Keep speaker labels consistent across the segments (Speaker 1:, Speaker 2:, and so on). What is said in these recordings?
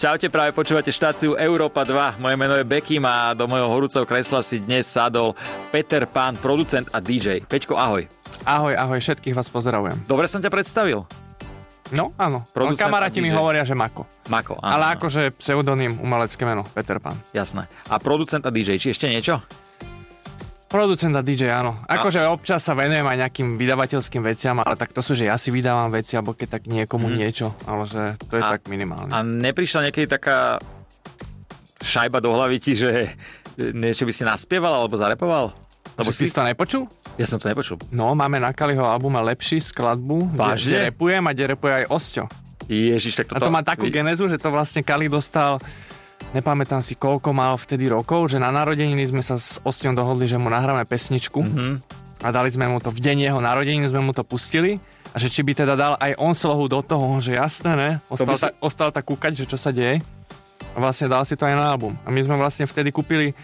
Speaker 1: Čaute, práve počúvate štáciu Európa 2. Moje meno je Bekim a do mojho horúceho kresla si dnes sadol Peter Pán, producent a DJ. Peťko, ahoj.
Speaker 2: Ahoj, ahoj, všetkých vás pozdravujem.
Speaker 1: Dobre som ťa predstavil.
Speaker 2: No, áno.
Speaker 1: Producent
Speaker 2: Producent kamaráti
Speaker 1: a
Speaker 2: mi
Speaker 1: DJ.
Speaker 2: hovoria, že Mako.
Speaker 1: Mako, áno.
Speaker 2: Ale
Speaker 1: áno.
Speaker 2: akože pseudonym, umelecké meno, Peter Pan.
Speaker 1: Jasné. A producent a DJ, či ešte niečo?
Speaker 2: Producent a DJ, áno. Akože občas sa venujem aj nejakým vydavateľským veciam, ale tak to sú, že ja si vydávam veci, alebo keď tak niekomu niečo, ale že to je
Speaker 1: Mhm. A-
Speaker 2: tak minimálne.
Speaker 1: A neprišla niekedy taká šajba do hlavy ti, že niečo by si naspieval alebo zarepoval? Lebo
Speaker 2: Lebo
Speaker 1: si...
Speaker 2: si to nepočul?
Speaker 1: Ja som to nepočul.
Speaker 2: No, máme na Kaliho albume lepší skladbu,
Speaker 1: Vážne?
Speaker 2: kde, kde repujem a kde repuje aj Osťo.
Speaker 1: Ježiš, tak
Speaker 2: A
Speaker 1: toto...
Speaker 2: to má takú genezu, že to vlastne Kali dostal, nepamätám si koľko mal vtedy rokov, že na narodeniny sme sa s Osťom dohodli, že mu nahráme pesničku
Speaker 1: Mhm.
Speaker 2: a dali sme mu to v deň jeho narodenín, sme mu to pustili a že či by teda dal aj on slohu do toho, že jasné, ne? Ostal,
Speaker 1: by si-
Speaker 2: sa... ta, ostal tak kúkať, že čo sa deje a vlastne dal si to aj na album. A my sme vlastne vtedy kúpili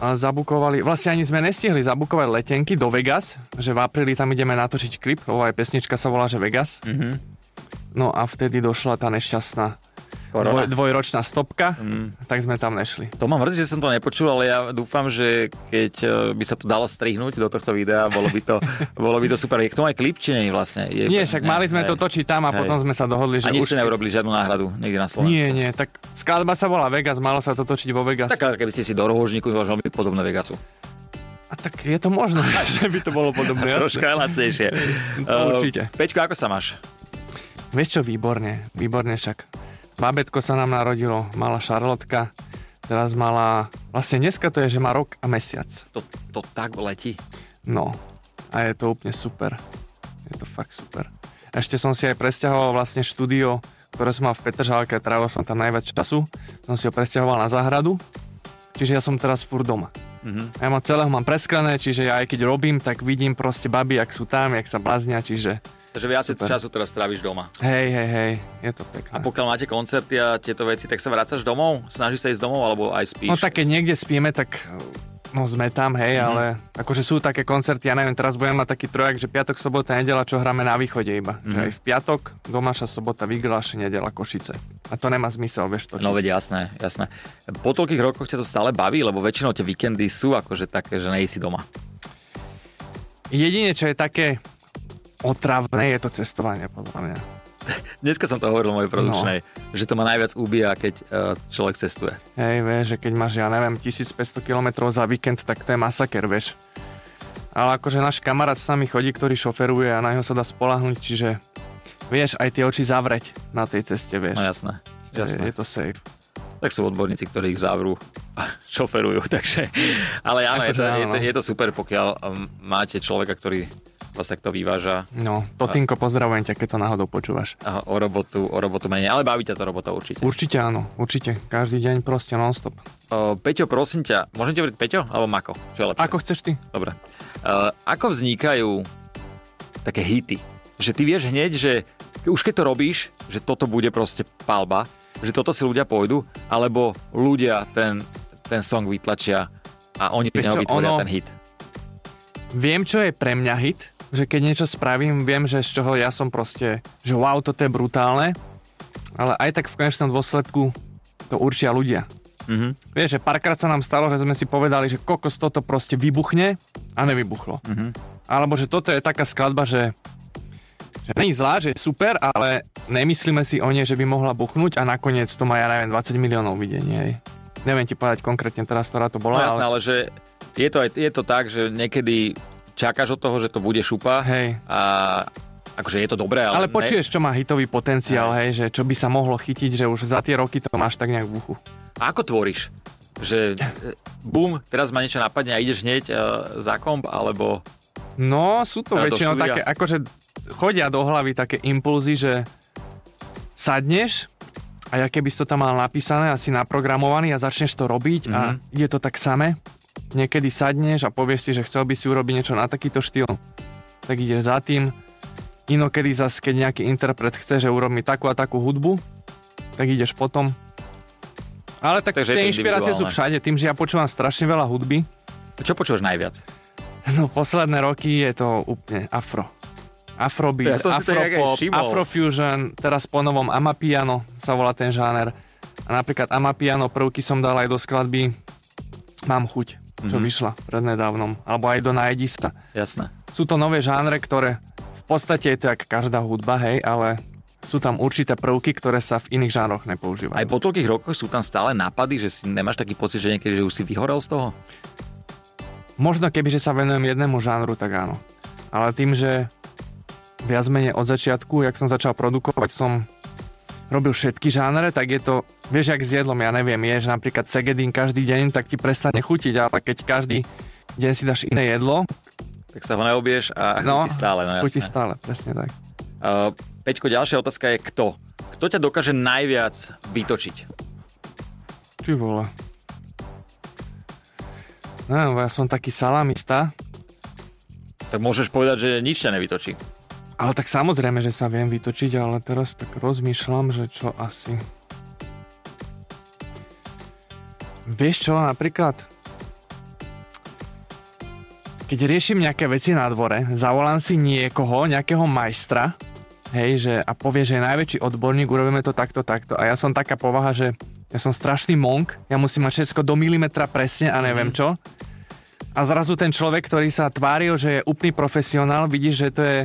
Speaker 2: a zabukovali, vlastne ani sme nestihli zabukovať letenky do Vegas, že v apríli tam ideme natočiť klip, lebo aj pesnička sa volá, že Vegas.
Speaker 1: Mhm.
Speaker 2: No a vtedy došla tá nešťastná
Speaker 1: Korona. Mhm.
Speaker 2: dvoj, dvojročná stopka, mm. tak sme tam nešli.
Speaker 1: To ma mrzí, že som to nepočul, ale ja dúfam, že keď e, by sa to dalo strihnúť do tohto videa, bolo by to, bolo by to super. Je k tomu aj klip, či nie vlastne? Je,
Speaker 2: Nie, však mali sme
Speaker 1: hej.
Speaker 2: to točiť tam a
Speaker 1: Hej.
Speaker 2: potom sme sa dohodli,
Speaker 1: A
Speaker 2: že
Speaker 1: nič
Speaker 2: už...
Speaker 1: ste neurobili, žiadnu náhradu niekde na Slovensku.
Speaker 2: nie, nie, tak skladba sa volá Vegas, malo sa to točiť vo Vegas.
Speaker 1: Tak ale keby ste si do rohožníku možno byť podobné Vegasu.
Speaker 2: A tak je to možné, že by to bolo podobné. jasné.
Speaker 1: Troška aj lacnejšie.
Speaker 2: To určite.
Speaker 1: E, Peťko, ako sa máš?
Speaker 2: Vieš čo, výborne, výborne však. Babetko sa nám narodilo, mala Šarlotka, teraz mala... Vlastne dneska to je, že má rok a mesiac.
Speaker 1: To, to tak letí.
Speaker 2: No, a je to úplne super. Je to fakt super. Ešte som si aj presťahoval vlastne štúdio, ktoré som mal v Petržalke, trávil som tam najviac času. Som si ho presťahoval na záhradu, čiže ja som teraz fur doma.
Speaker 1: Mhm.
Speaker 2: Ja ma celého mám presklené, čiže ja aj keď robím, tak vidím proste baby, jak sú tam, jak sa bláznia, čiže
Speaker 1: Takže viac
Speaker 2: Super.
Speaker 1: času teraz tráviš doma.
Speaker 2: hej, hej, hej, je to pekné.
Speaker 1: A pokiaľ máte koncerty a tieto veci, tak sa vrácaš domov? Snažíš sa ísť domov alebo aj spíš?
Speaker 2: No tak keď niekde spieme, tak no sme tam, hej, mm-hmm. ale akože sú také koncerty, ja neviem, teraz budem mať taký trojak, že piatok, sobota, nedela, čo hráme na východe iba. Mm-hmm. Že aj v piatok, domáša sobota, Viglaš, nedela, Košice. A to nemá zmysel, vieš to.
Speaker 1: No veď jasné, jasné. Po toľkých rokoch ťa to stále baví, lebo väčšinou tie víkendy sú akože také, že nejsi doma.
Speaker 2: Jedine, čo je také otravné, je to cestovanie, podľa mňa.
Speaker 1: Dneska som to hovoril mojej produčnej, no. že to ma najviac ubíja, keď e, človek cestuje.
Speaker 2: Hej, vieš, že keď máš, ja neviem, 1500 km za víkend, tak to je masaker, vieš. Ale akože náš kamarát s nami chodí, ktorý šoferuje a na neho sa dá spolahnuť, čiže vieš aj tie oči zavrieť na tej ceste, vieš.
Speaker 1: No jasné.
Speaker 2: Je,
Speaker 1: Jasné.
Speaker 2: je to safe.
Speaker 1: Tak sú odborníci, ktorí ich zavrú a šoferujú, takže... Ale áno, je to,
Speaker 2: Akože áno,
Speaker 1: je, to,
Speaker 2: no.
Speaker 1: je to super, pokiaľ um, máte človeka, ktorý vás takto vyváža
Speaker 2: No, Totinko, pozdravujem ťa, keď to náhodou počúvaš.
Speaker 1: a o robotu, o robotu menej. Ale baví ťa to robota určite. E,
Speaker 2: Určite áno, určite. Každý deň proste non-stop.
Speaker 1: O, Peťo, prosím ťa, môžem ti hovoriť Peťo alebo Mako? Čo je lepšie?
Speaker 2: Ako chceš ty?
Speaker 1: Dobre. Uh, ako vznikajú také hity? Že ty vieš hneď, že už keď to robíš, že toto bude proste palba, že toto si ľudia pôjdu, alebo ľudia ten, ten song vytlačia a oni z
Speaker 2: Vieš
Speaker 1: neho
Speaker 2: čo,
Speaker 1: vytvoria
Speaker 2: ono-
Speaker 1: ten hit.
Speaker 2: Viem, čo je pre mňa hit, že keď niečo spravím, viem, že z čoho ja som proste, že wow, toto je brutálne, ale aj tak v konečnom dôsledku to určia ľudia.
Speaker 1: Mhm.
Speaker 2: Vieš, že párkrát sa nám stalo, že sme si povedali, že kokos toto proste vybuchne a nevybuchlo.
Speaker 1: Mhm.
Speaker 2: Alebo že toto je taká skladba, že, že není zlá, že je super, ale nemyslíme si o nej, že by mohla buchnúť a nakoniec to má, ja neviem, 20 miliónov videní. Hej. Neviem ti povedať konkrétne teraz, ktorá to
Speaker 1: No
Speaker 2: bola,
Speaker 1: jasné, ale
Speaker 2: ale
Speaker 1: že je to, aj, je to tak, že niekedy čakáš od toho, že to bude šupa
Speaker 2: hej.
Speaker 1: a akože je to dobré, ale,
Speaker 2: Ale počuješ, čo má hitový potenciál, hej, že čo by sa mohlo chytiť, že už za tie roky to máš tak nejak v uchu.
Speaker 1: A ako tvoríš? Že e, bum, teraz ma niečo napadne a ideš hneď e, za komp, alebo...
Speaker 2: No, sú to
Speaker 1: Ale do
Speaker 2: väčšinou
Speaker 1: štúdia.
Speaker 2: také, akože chodia do hlavy také impulzy, že sadneš a ja keby si to tam mal napísané a si naprogramovaný a začneš to robiť mm-hmm.
Speaker 1: Mhm.
Speaker 2: a ide to tak same. Niekedy sadneš a povieš si, že chcel by si urobiť niečo na takýto štýl, tak ideš za tým. Inokedy zas, keď nejaký interpret chce, že urobí takú a takú hudbu, tak ideš potom. Ale tak
Speaker 1: Takže je
Speaker 2: tie
Speaker 1: to
Speaker 2: inšpirácie sú
Speaker 1: individuálne.
Speaker 2: všade, tým, že ja počúvam strašne veľa hudby,
Speaker 1: Čo počúvaš najviac?
Speaker 2: No posledné roky je to úplne afro. Afrobeat,
Speaker 1: Ja som si to nejak aj
Speaker 2: afropop,
Speaker 1: všimol.
Speaker 2: afrofusion, teraz po novom Amapiano sa volá ten žáner. A napríklad Amapiano prvky som dal aj do skladby Mám chuť, čo
Speaker 1: Mhm.
Speaker 2: vyšla prednedávnom. Alebo aj do Najdi sa.
Speaker 1: Jasné.
Speaker 2: Sú to nové žánre, ktoré v podstate je to jak každá hudba, hej, ale sú tam určité prvky, ktoré sa v iných žánroch nepoužívajú.
Speaker 1: Aj po toľkých rokoch sú tam stále nápady, že si nemáš taký pocit, že niekedy že už si vyhorel z toho?
Speaker 2: Možno keby, že sa venujem jednému žánru, tak áno. Ale tým, že viac menej od začiatku, jak som začal produkovať, som robil všetky žánre, tak je to, vieš, jak s jedlom, ja neviem, ješ napríklad segedín každý deň, tak ti prestane chutiť, ale keď každý deň si dáš iné jedlo,
Speaker 1: Tak sa ho neobieš a no,
Speaker 2: No,
Speaker 1: chutí stále, no
Speaker 2: chutí
Speaker 1: jasné.
Speaker 2: stále, presne tak.
Speaker 1: Uh, Peťko, ďalšia otázka je kto? Kto ťa dokáže najviac vytočiť?
Speaker 2: Ty vole. No, ja som taký salamista,
Speaker 1: Tak môžeš povedať, že nič ťa nevytočí.
Speaker 2: ale tak samozrejme, že sa viem vytočiť, ale teraz tak rozmýšľam, že čo asi. Vieš čo, napríklad, keď riešim nejaké veci na dvore, zavolám si niekoho, nejakého majstra, hej, že a povie, že je najväčší odborník, urobíme to takto, takto. A ja som taká povaha, že ja som strašný monk, ja musím mať všetko do milimetra presne a
Speaker 1: Mhm.
Speaker 2: neviem čo. A zrazu ten človek, ktorý sa tváril, že je úplný profesionál, vidí, že to je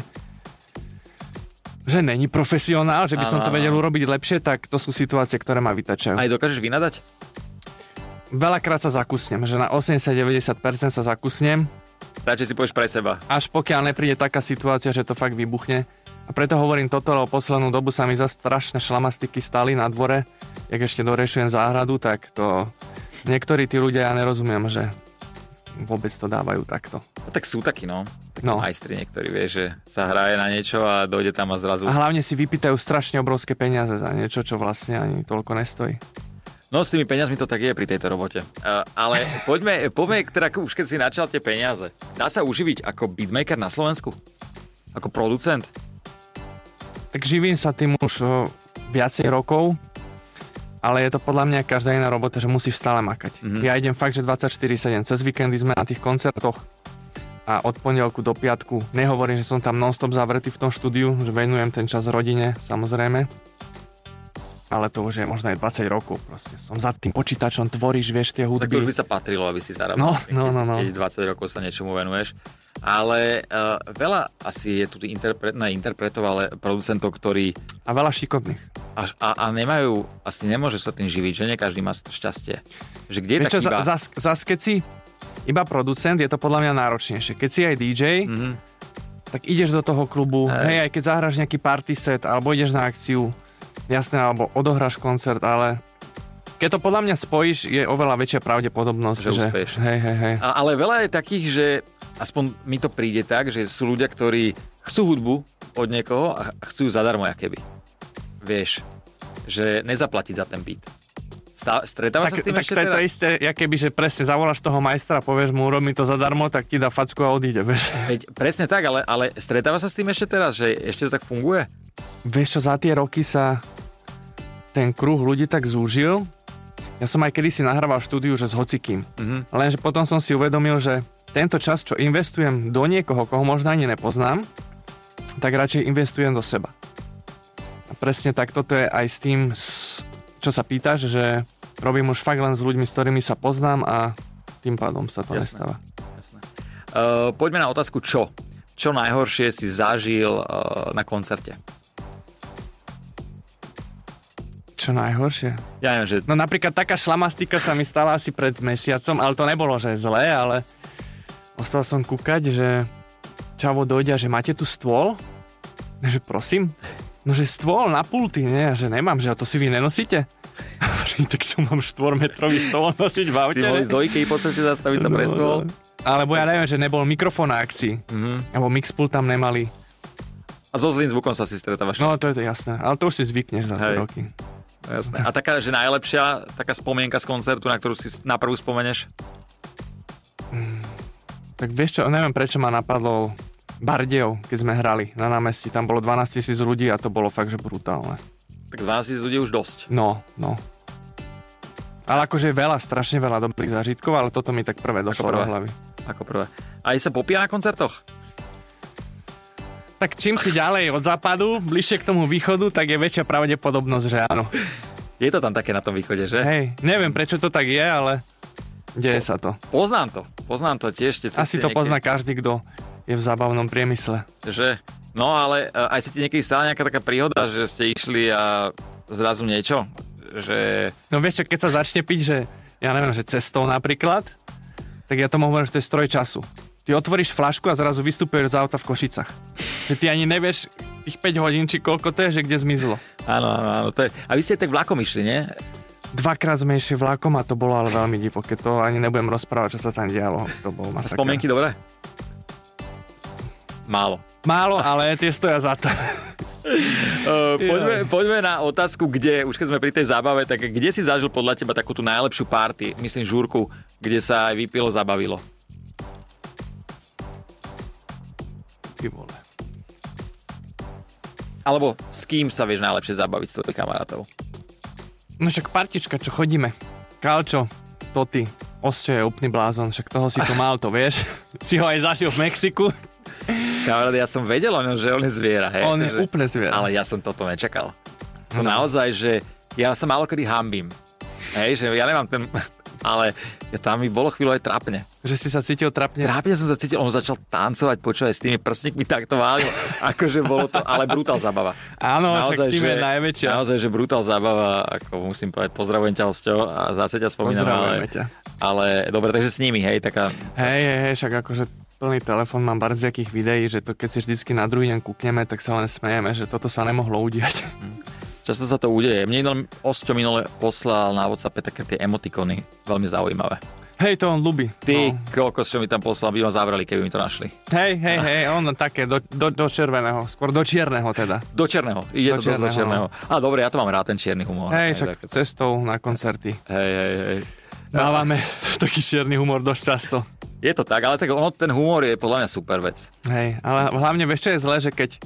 Speaker 2: že není profesionál, že by som
Speaker 1: Áno,
Speaker 2: to vedel
Speaker 1: áno.
Speaker 2: urobiť lepšie, tak to sú situácie, ktoré ma vytačajú
Speaker 1: Aj dokážeš vynadať?
Speaker 2: veľakrát sa zakusnem, že na 80-90% sa zakusnem,
Speaker 1: Radšej si povieš pre seba.
Speaker 2: až pokiaľ nepríde taká situácia, že to fakt vybuchne. A preto hovorím toto, lebo poslednú dobu sa mi za strašné šlamastiky stali na dvore. Jak ešte dorešujem záhradu, tak to... Niektorí tí ľudia, ja nerozumiem, že vôbec to dávajú takto.
Speaker 1: A tak sú takí, no. Takí
Speaker 2: No.
Speaker 1: majstri niektorí, vieš, že sa hraje na niečo a dojde tam a zrazu...
Speaker 2: A hlavne si vypýtajú strašne obrovské peniaze za niečo, čo vlastne ani toľko nestojí.
Speaker 1: No s tými peniazmi to tak je pri tejto robote. Uh, ale poďme, poďme k teda, už keď si načal tie peniaze. Dá sa uživiť ako beatmaker na Slovensku? Ako producent?
Speaker 2: Tak živím sa tým už o, viacej rokov, ale je to podľa mňa každá iná robota, že musíš stále makať.
Speaker 1: Mhm.
Speaker 2: Mm-hmm. Ja idem fakt, že 24-7. Cez víkendy sme na tých koncertoch a od pondelku do piatku. Nehovorím, že som tam nonstop zavretý v tom štúdiu, že venujem ten čas rodine, samozrejme. Ale to už je možno aj 20 rokov. Proste som za tým počítačom, tvoríš, vieš, tie
Speaker 1: Tak už by
Speaker 2: hudby.
Speaker 1: sa patrilo, aby si zarábal.
Speaker 2: No, no, no, no.
Speaker 1: Keď 20 rokov sa niečomu venuješ. Ale uh, veľa asi je tu interpret, ne interpretov, ale producentov, ktorí
Speaker 2: A veľa šikovných.
Speaker 1: až, a, a nemajú, asi nemôže sa tým živiť, že nie každý má šťastie. Že kde je
Speaker 2: Vieš
Speaker 1: tak
Speaker 2: čo,
Speaker 1: iba...
Speaker 2: za, za, za skeci iba producent, je to podľa mňa náročnejšie. Keď si aj DJ,
Speaker 1: Mhm.
Speaker 2: tak ideš do toho klubu,
Speaker 1: Hej.
Speaker 2: hej. hej, aj keď zahráš nejaký party set, alebo ideš na akciu, jasné, alebo odohráš koncert, ale keď to podľa mňa spojíš, je oveľa väčšia pravdepodobnosť,
Speaker 1: Že uspeješ.
Speaker 2: Hej, hej, hej.
Speaker 1: A, ale veľa je takých, že aspoň mi to príde tak, že sú ľudia, ktorí chcú hudbu od niekoho a chcú ju zadarmo, aké by. Vieš, že nezaplatiť za ten beat. Stá, stretávaš
Speaker 2: Tak,
Speaker 1: sa s tým
Speaker 2: tak
Speaker 1: ešte teda-
Speaker 2: to je to
Speaker 1: teraz?
Speaker 2: isté, ja keby, že presne zavoláš toho majstra, povieš mu, urobí to zadarmo, tak ti dá facku a odíde, vieš.
Speaker 1: Veď, presne tak, ale, ale stretáva sa s tým ešte teraz, že ešte to tak funguje?
Speaker 2: Vieš čo, za tie roky sa ten kruh ľudí tak zúžil. Ja som aj kedysi nahrával štúdiu, že s hocikým.
Speaker 1: Mhm.
Speaker 2: Lenže potom som si uvedomil, že tento čas, čo investujem do niekoho, koho možno ani nepoznám, tak radšej investujem do seba. A presne tak toto je aj s tým, s- čo sa pýtaš, že robím už fakt len s ľuďmi, s ktorými sa poznám a tým pádom sa to
Speaker 1: Jasné.
Speaker 2: nestáva.
Speaker 1: Jasné. Uh, poďme na otázku čo. Čo najhoršie si zažil uh, na koncerte?
Speaker 2: Čo najhoršie?
Speaker 1: Ja neviem, že
Speaker 2: No napríklad taká šlamastika sa mi stala asi pred mesiacom, ale to nebolo, že zlé, ale ostal som kúkať, že čavo dojde, a že máte tu stôl? Ja, Že prosím? No, že stôl na pulty, nie? A že nemám, že a to si vy nenosíte? Hovorím, tak čo mám štvormetrový stôl nosiť v aute?
Speaker 1: si mohli
Speaker 2: ne?
Speaker 1: z dojky v podstate zastaviť sa
Speaker 2: No,
Speaker 1: pre stôl.
Speaker 2: no. Alebo ja neviem, že nebol mikrofón na akcii.
Speaker 1: Mhm.
Speaker 2: Alebo mixpult tam nemali.
Speaker 1: A so zlým zvukom sa si stretávaš.
Speaker 2: No to je to jasné, ale to už si zvykneš za
Speaker 1: Hej.
Speaker 2: tie roky.
Speaker 1: No Jasné. A taká, že najlepšia taká spomienka z koncertu, na ktorú si s- na prvú spomeneš?
Speaker 2: Tak vieš čo, neviem prečo ma napadlo Bardejov, keď sme hrali na námestí. Tam bolo 12 tisíc ľudí a to bolo fakt, že brutálne.
Speaker 1: Tak 12 tisíc ľudí už dosť.
Speaker 2: No, no. Ale akože veľa, strašne veľa dobrých zážitkov, ale toto mi tak prvé došlo
Speaker 1: prvé.
Speaker 2: do hlavy.
Speaker 1: Ako prvé. Aj sa popíja na koncertoch?
Speaker 2: Tak čím si ďalej od západu, bližšie k tomu východu, tak je väčšia pravdepodobnosť, že áno.
Speaker 1: Je to tam také na tom východe, že?
Speaker 2: Hej, neviem prečo to tak je, ale deje sa to.
Speaker 1: Poznám to, poznám to tiež. Tie cesty
Speaker 2: Asi to
Speaker 1: niekde-
Speaker 2: pozná každý, kto je v zábavnom priemysle.
Speaker 1: Že, no ale e, aj sa ti niekedy stala nejaká taká príhoda, že ste išli a zrazu niečo? Že,
Speaker 2: No vieš čo, keď sa začne piť, že ja neviem, že cestou napríklad, tak ja tomu hovorím, že to je stroj času. Ty otvoríš flašku a zrazu vystupuješ z auta v Košicach. Že ty ani nevieš tých 5 hodín, či koľko to je, že kde zmizlo.
Speaker 1: áno, áno, áno. To je, a vy ste tak vlakom išli, nie?
Speaker 2: Dvakrát sme išli vlakom a to bolo ale veľmi divoké. To ani nebudem rozprávať, čo sa tam dialo. To bolo
Speaker 1: A
Speaker 2: masaker.
Speaker 1: spomienky dobré? Málo.
Speaker 2: Málo, ale tie stoja za to.
Speaker 1: Uh, poďme, poďme na otázku, kde, už keď sme pri tej zábave, tak kde si zažil podľa teba takú tú najlepšiu party, myslím žúrku, kde sa aj vypilo, zabavilo?
Speaker 2: Ty vole.
Speaker 1: Alebo s kým sa vieš najlepšie zabaviť s tvojich kamarátov?
Speaker 2: No však partička, čo chodíme. Kalčo, to ty. Osťo je úplný blázon, však toho si tu mal, to vieš. Si ho aj zažil v Mexiku.
Speaker 1: Kamarát, ja som vedel o ňom, že on je zviera. No. Hej,
Speaker 2: On je
Speaker 1: Takže-
Speaker 2: úplne zviera.
Speaker 1: Ale ja som toto nečakal. To naozaj, že ja sa málo kedy hambím. Hej, že ja nemám ten... Ale tam mi bolo chvíľu aj trapne.
Speaker 2: Že si sa cítil trapne.
Speaker 1: Trápne som sa cítil, on začal tancovať, počúvaj, s tými prstníkmi takto válil. Akože bolo to, ale brutál zabava.
Speaker 2: Áno, No, však si je najväčšia.
Speaker 1: Naozaj, že brutál zábava, ako musím povedať, pozdravujem ťa, Osťo, a zase ťa spomínam.
Speaker 2: Pozdravujeme
Speaker 1: ale,
Speaker 2: ťa.
Speaker 1: ale dobre, takže s nimi, hej, taká...
Speaker 2: Hej, hej, hej, však akože plný telefón mám barziakých videí, že to keď si vždycky na druhý deň kúkneme, tak sa len smejeme, že toto sa nemohlo udiať.
Speaker 1: Hm. Často sa to udeje. Mne minul- Osťo minule poslal na WhatsApp také tie emotikony, veľmi zaujímavé.
Speaker 2: Hej, to on ľubí.
Speaker 1: Ty,
Speaker 2: No.
Speaker 1: no. kokos, čo mi tam poslal, by ma zavreli, keby mi to našli.
Speaker 2: Hej, hej, hej, on také do, do, do červeného, skôr do čierneho teda.
Speaker 1: Do černého, ide do
Speaker 2: Do
Speaker 1: to černého. do
Speaker 2: čierneho,
Speaker 1: černého. A dobre, ja to mám rád, ten čierny humor.
Speaker 2: Hej,
Speaker 1: tak,
Speaker 2: však cestou na koncerty.
Speaker 1: hej, hej, hej.
Speaker 2: Mávame taký čierny humor dosť často.
Speaker 1: Je to tak, ale tak ono, ten humor je podľa mňa super vec.
Speaker 2: Hej, ale hlavne vieš, čo je zle, že keď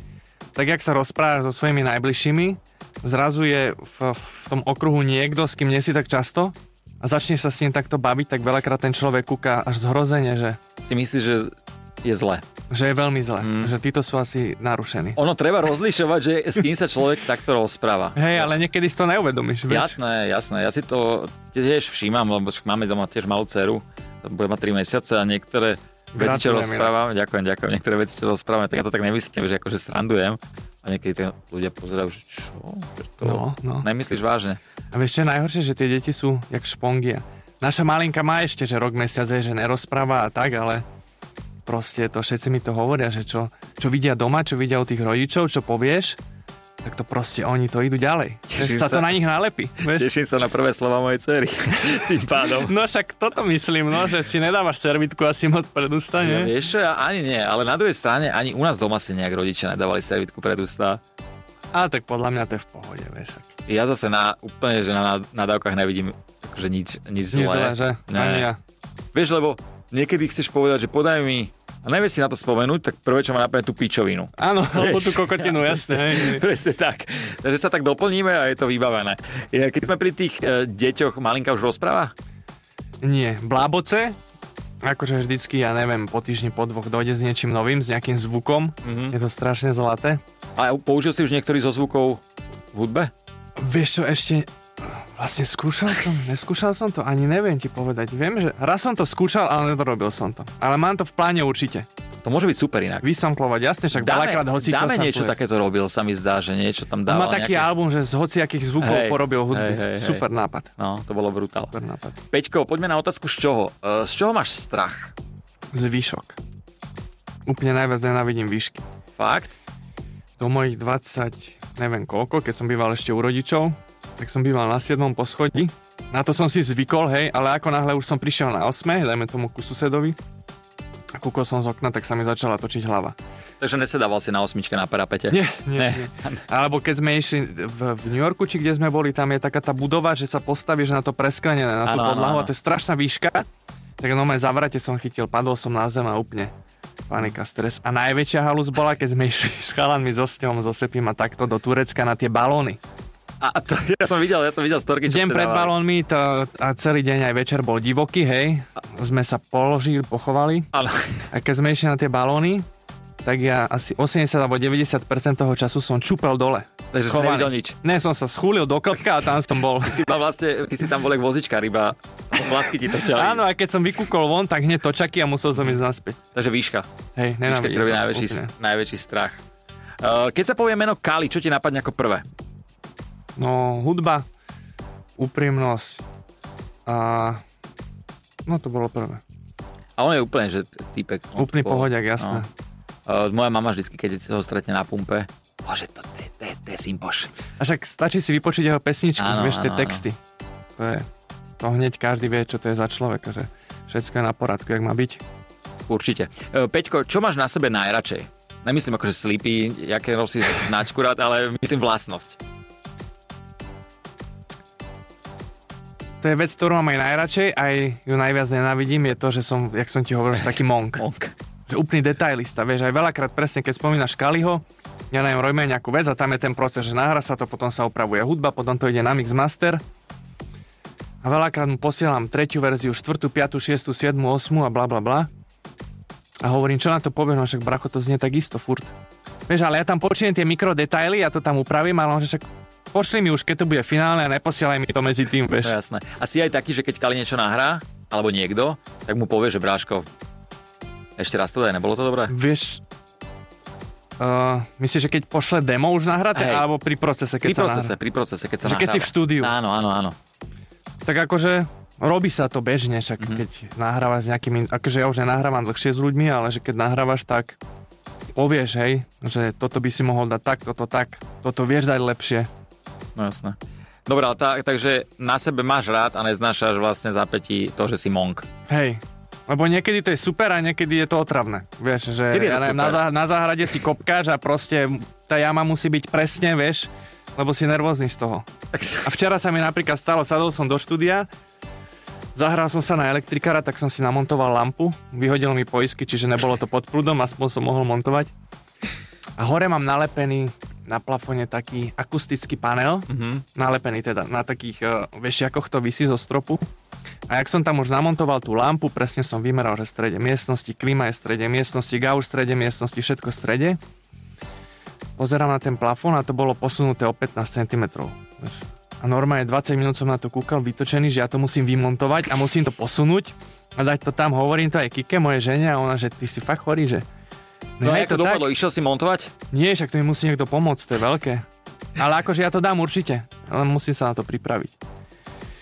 Speaker 2: tak jak sa rozprávaš so svojimi najbližšími, zrazu je v, v tom okruhu niekto, s kým nie si tak často a začneš sa s ním takto baviť, tak veľakrát ten človek kúka až zhrozene, že,
Speaker 1: Si myslíš, že je zle.
Speaker 2: že je veľmi zle, mm. že títo sú asi narušení.
Speaker 1: Ono treba rozlišovať, že s kým sa človek takto rozpráva.
Speaker 2: Hej, ale niekedy si to neuvedomíš, vieš?
Speaker 1: Jasné, jasné. Ja si to tiež všímam, lebo však máme doma tiež malú dceru. To bude mať 3 mesiace a niektoré veci, čo
Speaker 2: Gratulujem,
Speaker 1: rozprávam, ďakujem, ďakujem, niektoré veci, čo rozprávam, tak ja to tak nemyslím, že akože srandujem. A niekedy tie ľudia pozerajú, že čo? Že to
Speaker 2: No, no.
Speaker 1: Nemyslíš vážne?
Speaker 2: A vieš, čo je najhoršie, že tie deti sú jak špongia. Naša malinka má ešte, že rok mesiac je, že nerozpráva a tak, ale proste to všetci mi to hovoria, že čo, čo vidia doma, čo vidia od tých rodičov, čo povieš, tak to proste oni to idú ďalej.
Speaker 1: Teším
Speaker 2: Že sa,
Speaker 1: sa.
Speaker 2: to na nich nalepí. Vieš?
Speaker 1: Teším sa na prvé slova mojej cery. Tým pádom.
Speaker 2: No však toto myslím, no, že si nedávaš servitku asi moc pred ústa,
Speaker 1: Ja,
Speaker 2: nie?
Speaker 1: vieš, čo, ja ani nie, ale na druhej strane ani u nás doma si nejak rodičia nedávali servitku pred ústa.
Speaker 2: Ale tak podľa mňa to je v pohode, vieš.
Speaker 1: Ja zase na, úplne, že na na- nadávkach nevidím akože nič, nič zlé.
Speaker 2: Nič zlé, že? Ani ja.
Speaker 1: Vieš, lebo niekedy chceš povedať, že podaj mi a nevieš si na to spomenúť, tak prvé, čo ma napadne, tú pičovinu.
Speaker 2: Áno, alebo
Speaker 1: Vieš.
Speaker 2: tú kokotinu, jasne. Hej, hej.
Speaker 1: Presne tak. Takže sa tak doplníme a je to vybavené. Inak, Keď sme pri tých e, deťoch, malinka už rozpráva?
Speaker 2: Nie, bláboce, akože vždycky, ja neviem, po týždni, po dvoch dojde s niečím novým, s nejakým zvukom.
Speaker 1: Mhm.
Speaker 2: Je to strašne zlaté.
Speaker 1: A použil si už niektorý zo zvukov v hudbe?
Speaker 2: Vieš čo, ešte vlastne skúšal som, neskúšal som to, ani neviem ti povedať. Viem, že raz som to skúšal, ale nedorobil som to. Ale mám to v pláne určite.
Speaker 1: To môže byť super inak.
Speaker 2: Vysamklovať, jasne, však veľakrát hoci čo
Speaker 1: dáme
Speaker 2: sa No,
Speaker 1: niečo takéto robil, sa mi zdá, že niečo tam dával.
Speaker 2: Má taký
Speaker 1: nejaké...
Speaker 2: album, že z hociakých zvukov
Speaker 1: Hej,
Speaker 2: porobil hudby.
Speaker 1: hej, hej, hej.
Speaker 2: Super nápad.
Speaker 1: No, to bolo brutál.
Speaker 2: Super nápad.
Speaker 1: Peťko, poďme na otázku z čoho. E, Z čoho máš strach?
Speaker 2: Zvyšok. Úplne najviac nenávidím výšky.
Speaker 1: Fakt?
Speaker 2: do mojich 20, neviem koľko, keď som býval ešte u rodičov, tak som býval na 7. poschodí. Na to som si zvykol, hej, ale ako náhle už som prišiel na 8, dajme tomu ku susedovi, a kúkol som z okna, tak sa mi začala točiť hlava.
Speaker 1: Takže nesedával si na osmičke na parapete?
Speaker 2: Nie, nie, nie. Alebo keď sme išli v, v New Yorku, či kde sme boli, tam je taká tá budova, že sa postavíš na to presklenené, na
Speaker 1: Áno,
Speaker 2: tú
Speaker 1: áno,
Speaker 2: podlahu a
Speaker 1: áno.
Speaker 2: to je strašná výška. Tak no moje zavrate som chytil, padol som na zem a úplne panika, stres. A najväčšia halus bola, keď sme išli s chalanmi, so Stevom, so Sepim a takto do Turecka na tie balóny.
Speaker 1: A to, ja som videl, ja som videl storky, čo
Speaker 2: Deň
Speaker 1: ste
Speaker 2: pred
Speaker 1: dávali.
Speaker 2: balónmi to, a celý deň aj večer bol divoký, hej. Sme sa položili, pochovali
Speaker 1: Áno.
Speaker 2: a keď sme išli na tie balóny, tak ja asi 80 alebo 90% toho času som čupel dole.
Speaker 1: Takže si
Speaker 2: Schovaný.
Speaker 1: nevidel nič.
Speaker 2: Ne, som sa schúlil do klopka a tam som bol.
Speaker 1: Ty si tam vlastne, ty si tam volek vozička ryba, vlásky ti točali.
Speaker 2: Áno, a keď som vykúkol von, tak hneď točaky a musel som ísť naspäť.
Speaker 1: Takže výška. Výška ti
Speaker 2: Hej, nenávidím
Speaker 1: robí
Speaker 2: to
Speaker 1: najväčší,
Speaker 2: úplne.
Speaker 1: najväčší strach. Uh, Keď sa povie meno Kali, čo ti napadne ako prvé?
Speaker 2: No, hudba, úprimnosť a... No to bolo prvé.
Speaker 1: A on je úplne, že t- typek. on
Speaker 2: Úplný
Speaker 1: to bol-
Speaker 2: pohodiak, jasné.
Speaker 1: No. Uh, moja mama vždycky, keď ho stretne na pumpe, bože, to, to, je- to, je- to je simpoš.
Speaker 2: A však stačí si vypočuť jeho pesničky,
Speaker 1: Áno,
Speaker 2: áno, vieš, tie
Speaker 1: áno, áno.
Speaker 2: texty. To je... To hneď každý vie, čo to je za človeka, že všetko je na poradku, jak má byť.
Speaker 1: Určite. E, Peťko, čo máš na sebe najradšej? Nemyslím akože slipy, aké nosíš značku rád, ale myslím vlastnosť.
Speaker 2: To je vec, ktorú mám aj najradšej, aj ju najviac nenávidím, je to, že som, jak som ti hovoril, že taký monk.
Speaker 1: Monk.
Speaker 2: Že úplný detailista, vieš, aj veľakrát presne, keď spomínaš Kaliho, ja neviem, robíme nejakú vec a tam je ten proces, že nahra sa to, potom sa opravuje hudba, potom to ide na mix master. A veľakrát mu posielam tretiu verziu, štvrtú, piatú, šiestu, siedmu, osmu a bla bla bla. A hovorím, čo na to povieš, no však bracho, to znie tak isto furt. Vieš, ale ja tam počujem tie mikrodetaily, ja to tam upravím, ale on že však pošli mi už, keď to bude finálne a neposielaj mi to medzi tým, vieš.
Speaker 1: No jasné. A si aj taký, že keď Kali niečo nahrá, alebo niekto, tak mu povie, že bráško, ešte raz to daj, nebolo to dobré?
Speaker 2: Vieš, uh, myslíš, že keď pošle demo už nahraté,
Speaker 1: Hej.
Speaker 2: hey. alebo pri procese, keď
Speaker 1: pri
Speaker 2: sa
Speaker 1: procese,
Speaker 2: nahrá?
Speaker 1: pri procese, keď sa
Speaker 2: Že keď si
Speaker 1: nahráva.
Speaker 2: v štúdiu.
Speaker 1: Áno, áno, áno.
Speaker 2: Tak akože robí sa to bežne, však
Speaker 1: Mhm.
Speaker 2: mm-hmm. keď nahrávaš s nejakými, akože ja už nenahrávam dlhšie s ľuďmi, ale že keď nahrávaš, tak povieš, hej, že toto by si mohol dať tak, toto tak, toto vieš dať lepšie.
Speaker 1: No jasné. Dobre, ale tá, takže na sebe máš rád a neznášaš vlastne zapätí to, že si monk.
Speaker 2: Hej. Lebo niekedy to je super a niekedy je to otravné. Vieš, že
Speaker 1: Kedy je to
Speaker 2: ja neviem,
Speaker 1: super?
Speaker 2: na, zá, na záhrade si kopkáš a proste tá jama musí byť presne, vieš, lebo si nervózny z toho.
Speaker 1: Tak sa-
Speaker 2: A včera sa mi napríklad stalo, sadol som do štúdia, zahral som sa na elektrikára, tak som si namontoval lampu, vyhodil mi poisky, čiže nebolo to pod prúdom, aspoň som mohol montovať. A hore mám nalepený na plafone taký akustický panel,
Speaker 1: Mhm.
Speaker 2: nalepený teda, na takých uh, vešiakoch to vysí zo stropu. A jak som tam už namontoval tú lampu, presne som vymeral, že v strede miestnosti, klima je v strede miestnosti, gauž v strede miestnosti, všetko v strede. Pozerám na ten plafón a to bolo posunuté o 15 cm. A normálne 20 minút som na to kúkal vytočený, že ja to musím vymontovať a musím to posunúť a dať to tam. Hovorím to aj Kike, moje žene, a ona, že ty si fakt chorý, že...
Speaker 1: No, no
Speaker 2: je
Speaker 1: jak to
Speaker 2: tak.
Speaker 1: dopadlo? Išiel si montovať?
Speaker 2: Nie, však to mi musí niekto pomôcť, to je veľké. Ale akože ja to dám určite, ale musím sa na to pripraviť.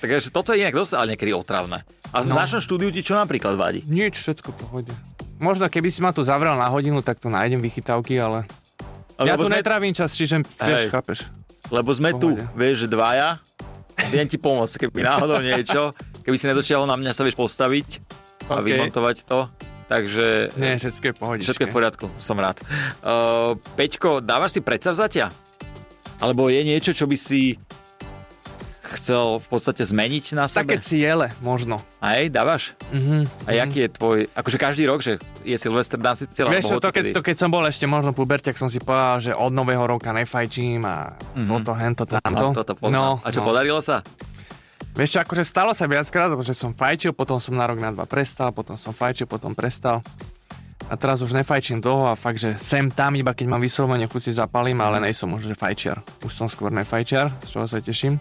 Speaker 1: Takže toto je inak dosť, ale niekedy otravné. A v
Speaker 2: No.
Speaker 1: našom štúdiu ti čo napríklad vadí?
Speaker 2: Nič, všetko v pohode. Možno keby si ma tu zavrel na hodinu, tak tu nájdem vychytávky, ale... ja
Speaker 1: Lebo
Speaker 2: tu
Speaker 1: sme-
Speaker 2: netravím čas, čiže vieš,
Speaker 1: Hej.
Speaker 2: chápeš.
Speaker 1: Lebo sme tu,
Speaker 2: Pohode.
Speaker 1: vieš, že dvaja. Viem ti pomôcť, keby náhodou niečo. Keby si nedočiahol na mňa, sa vieš postaviť a
Speaker 2: OK.
Speaker 1: vymontovať to. Takže eh,
Speaker 2: Nie, všetko je v pohode.
Speaker 1: všetko je v poriadku, som rád. Uh, Peťko, dávaš si predsavzatia? Alebo je niečo, čo by si chcel v podstate zmeniť na sebe?
Speaker 2: Také ciele, možno.
Speaker 1: Aj, dávaš? A
Speaker 2: Mhm.
Speaker 1: jaký je tvoj... Akože každý rok, že je Silvester, dá si cieľ.
Speaker 2: Vieš čo, to keď, to keď som bol ešte možno puberťak, som si povedal, že od nového roka nefajčím a
Speaker 1: Mhm.
Speaker 2: mm-hmm. toto, hento, tamto.
Speaker 1: Poznám, toto poznám.
Speaker 2: No,
Speaker 1: a čo,
Speaker 2: no.
Speaker 1: podarilo sa?
Speaker 2: Vieš čo, akože stalo sa viackrát, že som fajčil, potom som na rok na dva prestal, potom som fajčil, potom prestal. A teraz už nefajčím dlho a fakt, že sem tam, iba keď mám vyslovene chuť si zapalím, ale nejsom už že fajčiar. Už som skôr nefajčiar, z čoho sa teším.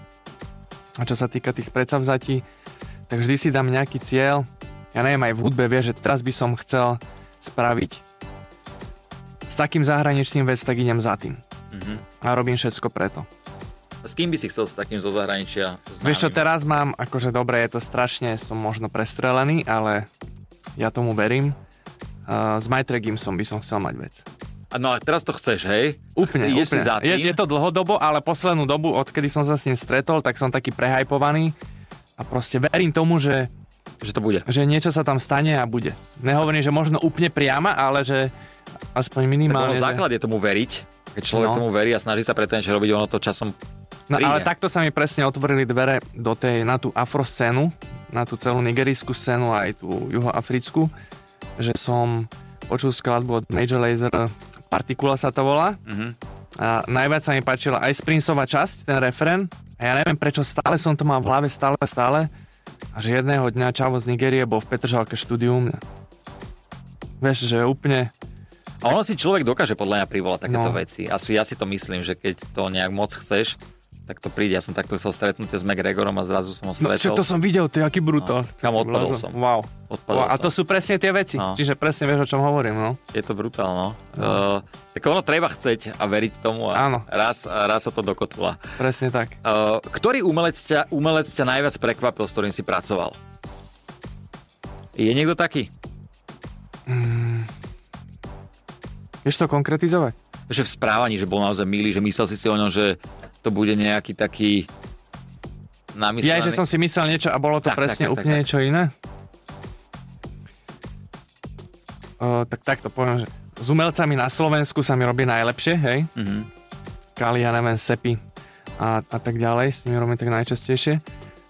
Speaker 2: A čo sa týka tých predsavzatí, tak vždy si dám nejaký cieľ. Ja neviem, aj v hudbe vie, že teraz by som chcel spraviť s takým zahraničným vec, tak idem za tým.
Speaker 1: Mhm.
Speaker 2: A robím všetko preto.
Speaker 1: S kým by si chcel s takým zo zahraničia? známym?
Speaker 2: Vieš čo, teraz mám, akože dobre, je to strašne, som možno prestrelený, ale ja tomu verím. Uh, s Maitre Gimsom by som chcel mať vec.
Speaker 1: A No a teraz to chceš, hej?
Speaker 2: Úplne,
Speaker 1: Ideš
Speaker 2: úplne.
Speaker 1: si za
Speaker 2: Je,
Speaker 1: tým?
Speaker 2: je to dlhodobo, ale poslednú dobu, odkedy som sa s ním stretol, tak som taký prehajpovaný a proste verím tomu, že,
Speaker 1: Že to bude.
Speaker 2: že niečo sa tam stane a bude. Nehovorím, že možno úplne priama, ale že aspoň
Speaker 1: Tak
Speaker 2: minimálne...
Speaker 1: ono
Speaker 2: že-
Speaker 1: základ je tomu veriť. Keď človek
Speaker 2: No.
Speaker 1: tomu verí a snaží sa preto niečo robiť, ono to časom...
Speaker 2: No, ale
Speaker 1: príde.
Speaker 2: takto sa mi presne otvorili dvere do tej, na tú afroscénu, na tú celú nigerijskú scénu a aj tú juhoafrickú, že som počul skladbu od Major Lazer, Partikula sa to volá.
Speaker 1: Mhm.
Speaker 2: A najviac sa mi páčila aj Sprinceová časť, ten refren. A ja neviem, prečo stále som to mal v hlave, stále, stále. Až jedného dňa Čavo z Nigerie bol v Petržalke štúdiu u mňa. Vieš, že úplne...
Speaker 1: A ono si človek dokáže podľa mňa privolať takéto
Speaker 2: No.
Speaker 1: veci. Asi ja si to myslím, že keď to nejak moc chceš, tak to príde. Ja som takto chcel stretnutie s McGregorom a zrazu som ho
Speaker 2: No,
Speaker 1: stretol.
Speaker 2: čo to som videl, to je aký brutál.
Speaker 1: No, kam odpadol
Speaker 2: blázon.
Speaker 1: som.
Speaker 2: Wow.
Speaker 1: Odpadol
Speaker 2: wow. A to
Speaker 1: som.
Speaker 2: sú presne tie veci.
Speaker 1: No.
Speaker 2: Čiže presne vieš, o čom hovorím. No.
Speaker 1: Je to brutálno. Uh, tak ono treba chceť a veriť tomu a
Speaker 2: Áno.
Speaker 1: raz, a raz sa to dokotula.
Speaker 2: Presne tak.
Speaker 1: Uh, ktorý umelec ťa, umelec ťa najviac prekvapil, s ktorým si pracoval? Je niekto taký?
Speaker 2: Vieš to konkretizovať?
Speaker 1: Že v správaní, že bol naozaj milý, že myslel si si o ňom, že to bude nejaký taký namyslený.
Speaker 2: Ja, že som si myslel niečo a bolo to
Speaker 1: Tak,
Speaker 2: tak, presne
Speaker 1: tak,
Speaker 2: tak,
Speaker 1: tak,
Speaker 2: úplne
Speaker 1: tak, tak.
Speaker 2: niečo iné? O, tak takto poviem, že s umelcami na Slovensku sa mi robí najlepšie, hej?
Speaker 1: Mhm.
Speaker 2: Kali, ja neviem, Sepi a, a tak ďalej, s nimi robím tak najčastejšie.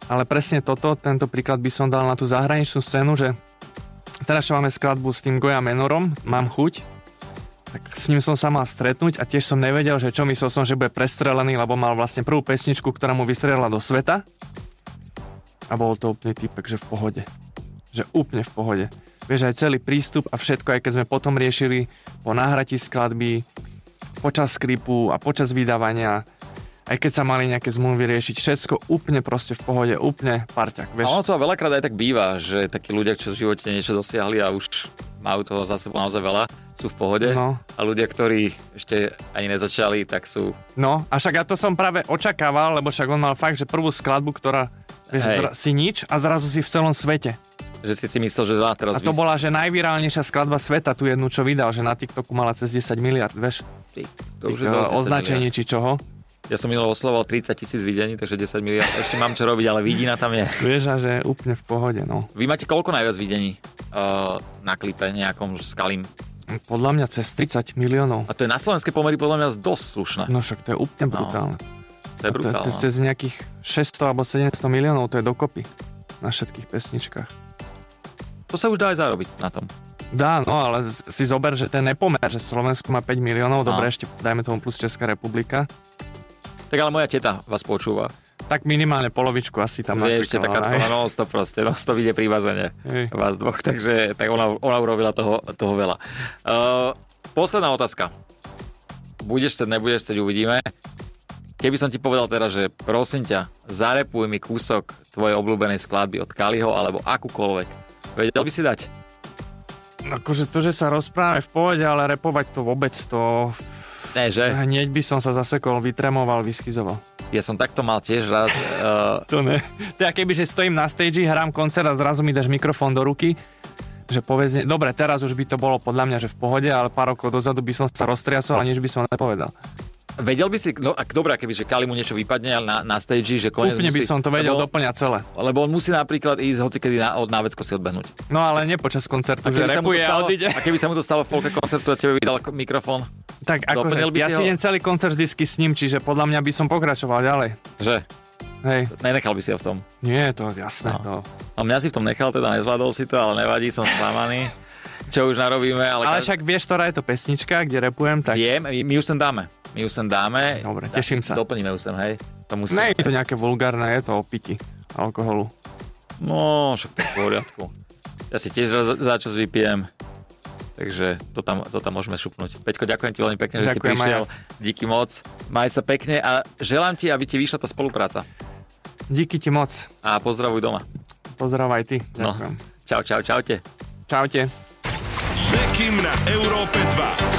Speaker 2: Ale presne toto, tento príklad by som dal na tú zahraničnú scénu, že teraz čo máme skladbu s tým Goja Menorom, mám chuť, tak s ním som sa mal stretnúť a tiež som nevedel, že čo myslel som, že bude prestrelený, lebo mal vlastne prvú pesničku, ktorá mu vystrelila do sveta a bol to úplne typek, že v pohode. Že úplne v pohode. Vieš, aj celý prístup a všetko, aj keď sme potom riešili po náhrati skladby, počas skripu a počas vydávania, aj keď sa mali nejaké zmluvy riešiť, všetko úplne proste v pohode, úplne
Speaker 1: A
Speaker 2: parťak, vieš.
Speaker 1: ono to veľakrát aj tak býva, že takí ľudia, čo v živote niečo dosiahli a už majú toho za sebou naozaj veľa, sú v pohode.
Speaker 2: No.
Speaker 1: A ľudia, ktorí ešte ani nezačali, tak sú...
Speaker 2: No, a však ja to som práve očakával, lebo však on mal fakt, že prvú skladbu, ktorá vieš,
Speaker 1: Hej.
Speaker 2: zra- si nič a zrazu si v celom svete.
Speaker 1: Že si si myslel, že dá teraz
Speaker 2: A to
Speaker 1: vys-
Speaker 2: bola, že najvirálnejšia skladba sveta, tu jednu, čo vydal, že na TikToku mala cez 10 miliard, vieš,
Speaker 1: Ty, to už
Speaker 2: tých,
Speaker 1: je dosť
Speaker 2: eh, označení či čoho.
Speaker 1: miliard. Ja som minulo oslovoval 30 tisíc videní, takže 10 miliard. Ešte mám čo robiť, ale vidina tam je.
Speaker 2: Vieš, a že úplne v pohode, no.
Speaker 1: Vy máte koľko najviac videní uh, na klipe nejakom s Kalim?
Speaker 2: Podľa mňa cez 30 miliónov.
Speaker 1: A to je na slovenské pomery podľa mňa dosť slušné.
Speaker 2: No však to je úplne
Speaker 1: No,
Speaker 2: brutálne.
Speaker 1: to je
Speaker 2: A to, to
Speaker 1: brutálne.
Speaker 2: je cez nejakých 600 alebo 700 miliónov, to je dokopy na všetkých pesničkách.
Speaker 1: To sa už dá aj zarobiť na tom.
Speaker 2: Dá, no ale z- si zober, že ten nepomer, že Slovensko má 5
Speaker 1: No.
Speaker 2: miliónov, dobre, ešte dajme tomu plus Česká republika,
Speaker 1: Tak ale moja teta vás počúva.
Speaker 2: tak minimálne polovičku asi tam
Speaker 1: Tam je ešte taká
Speaker 2: naklikala, hej.
Speaker 1: no, to proste, no, to ide privázanie.
Speaker 2: Hej.
Speaker 1: vás dvoch, takže tak ona, ona urobila toho, toho veľa. Uh, posledná otázka. Budeš chcieť, nebudeš chcieť, uvidíme. Keby som ti povedal teraz, že prosím ťa, zarepuj mi kúsok tvojej obľúbenej skladby od Kaliho alebo akúkoľvek. Vedel by si dať?
Speaker 2: Akože to, že sa rozprávame v pohode, ale repovať to vôbec, to
Speaker 1: Ne, že?
Speaker 2: hneď by som sa zasekol, vytremoval, vyskyzoval.
Speaker 1: Ja som takto mal tiež raz. Uh,
Speaker 2: To ne. To je keby, že stojím na stage, hrám koncert a zrazu mi dáš mikrofón do ruky, že povedz, ne- dobre, teraz už by to bolo podľa mňa, že v pohode, ale pár rokov dozadu by som sa roztriasol a nič by som nepovedal.
Speaker 1: vedel by si, no, ak dobré, keby že Kali mu niečo vypadne ale na, na stage, že konec
Speaker 2: Úplne by
Speaker 1: musí,
Speaker 2: som to vedel
Speaker 1: lebo,
Speaker 2: doplňať celé.
Speaker 1: lebo on musí napríklad ísť hocikedy na, od návecko si odbehnúť.
Speaker 2: No ale nie počas koncertu, že
Speaker 1: sa mu to
Speaker 2: repuje a
Speaker 1: stalo,
Speaker 2: odíde.
Speaker 1: a keby sa mu to stalo v polke koncertu a tebe vydal ko- mikrofón,
Speaker 2: Tak akože,
Speaker 1: doplnil by
Speaker 2: ja
Speaker 1: si ho?
Speaker 2: si idem celý koncert vždycky s ním, čiže podľa mňa by som pokračoval ďalej.
Speaker 1: že
Speaker 2: Hej,
Speaker 1: nenechal by si ho v tom.
Speaker 2: nie, to jasné,
Speaker 1: No.
Speaker 2: no.
Speaker 1: A
Speaker 2: to
Speaker 1: mňa si v tom nechal, teda nezvládol si to, ale nevadí, som sklamaný. Čo už narobíme, ale,
Speaker 2: Ale
Speaker 1: každý-
Speaker 2: však vieš, ktorá je to pesnička, kde repujem, tak...
Speaker 1: viem, my- my ju sem dáme. My ju sem dáme.
Speaker 2: Dobre, teším sa.
Speaker 1: Doplníme ju sem, hej. To musíme.
Speaker 2: Nie je to nejaké vulgárne, je to o piti alkoholu.
Speaker 1: No, však to je v poriadku. Ja si tiež za, za čas vypijem. Takže to tam, to tam môžeme šupnúť. Peťko, ďakujem ti veľmi pekne, že si
Speaker 2: Ďakujem aj
Speaker 1: prišiel. Díky moc. Maj sa pekne a želám ti, aby ti vyšla tá spolupráca.
Speaker 2: Díky ti moc.
Speaker 1: A pozdravuj doma.
Speaker 2: Pozdrav aj ty.
Speaker 1: No.
Speaker 2: Ďakujem.
Speaker 1: Čau, čau, čaute.
Speaker 2: Čaute.
Speaker 3: Bekim na Európe 2.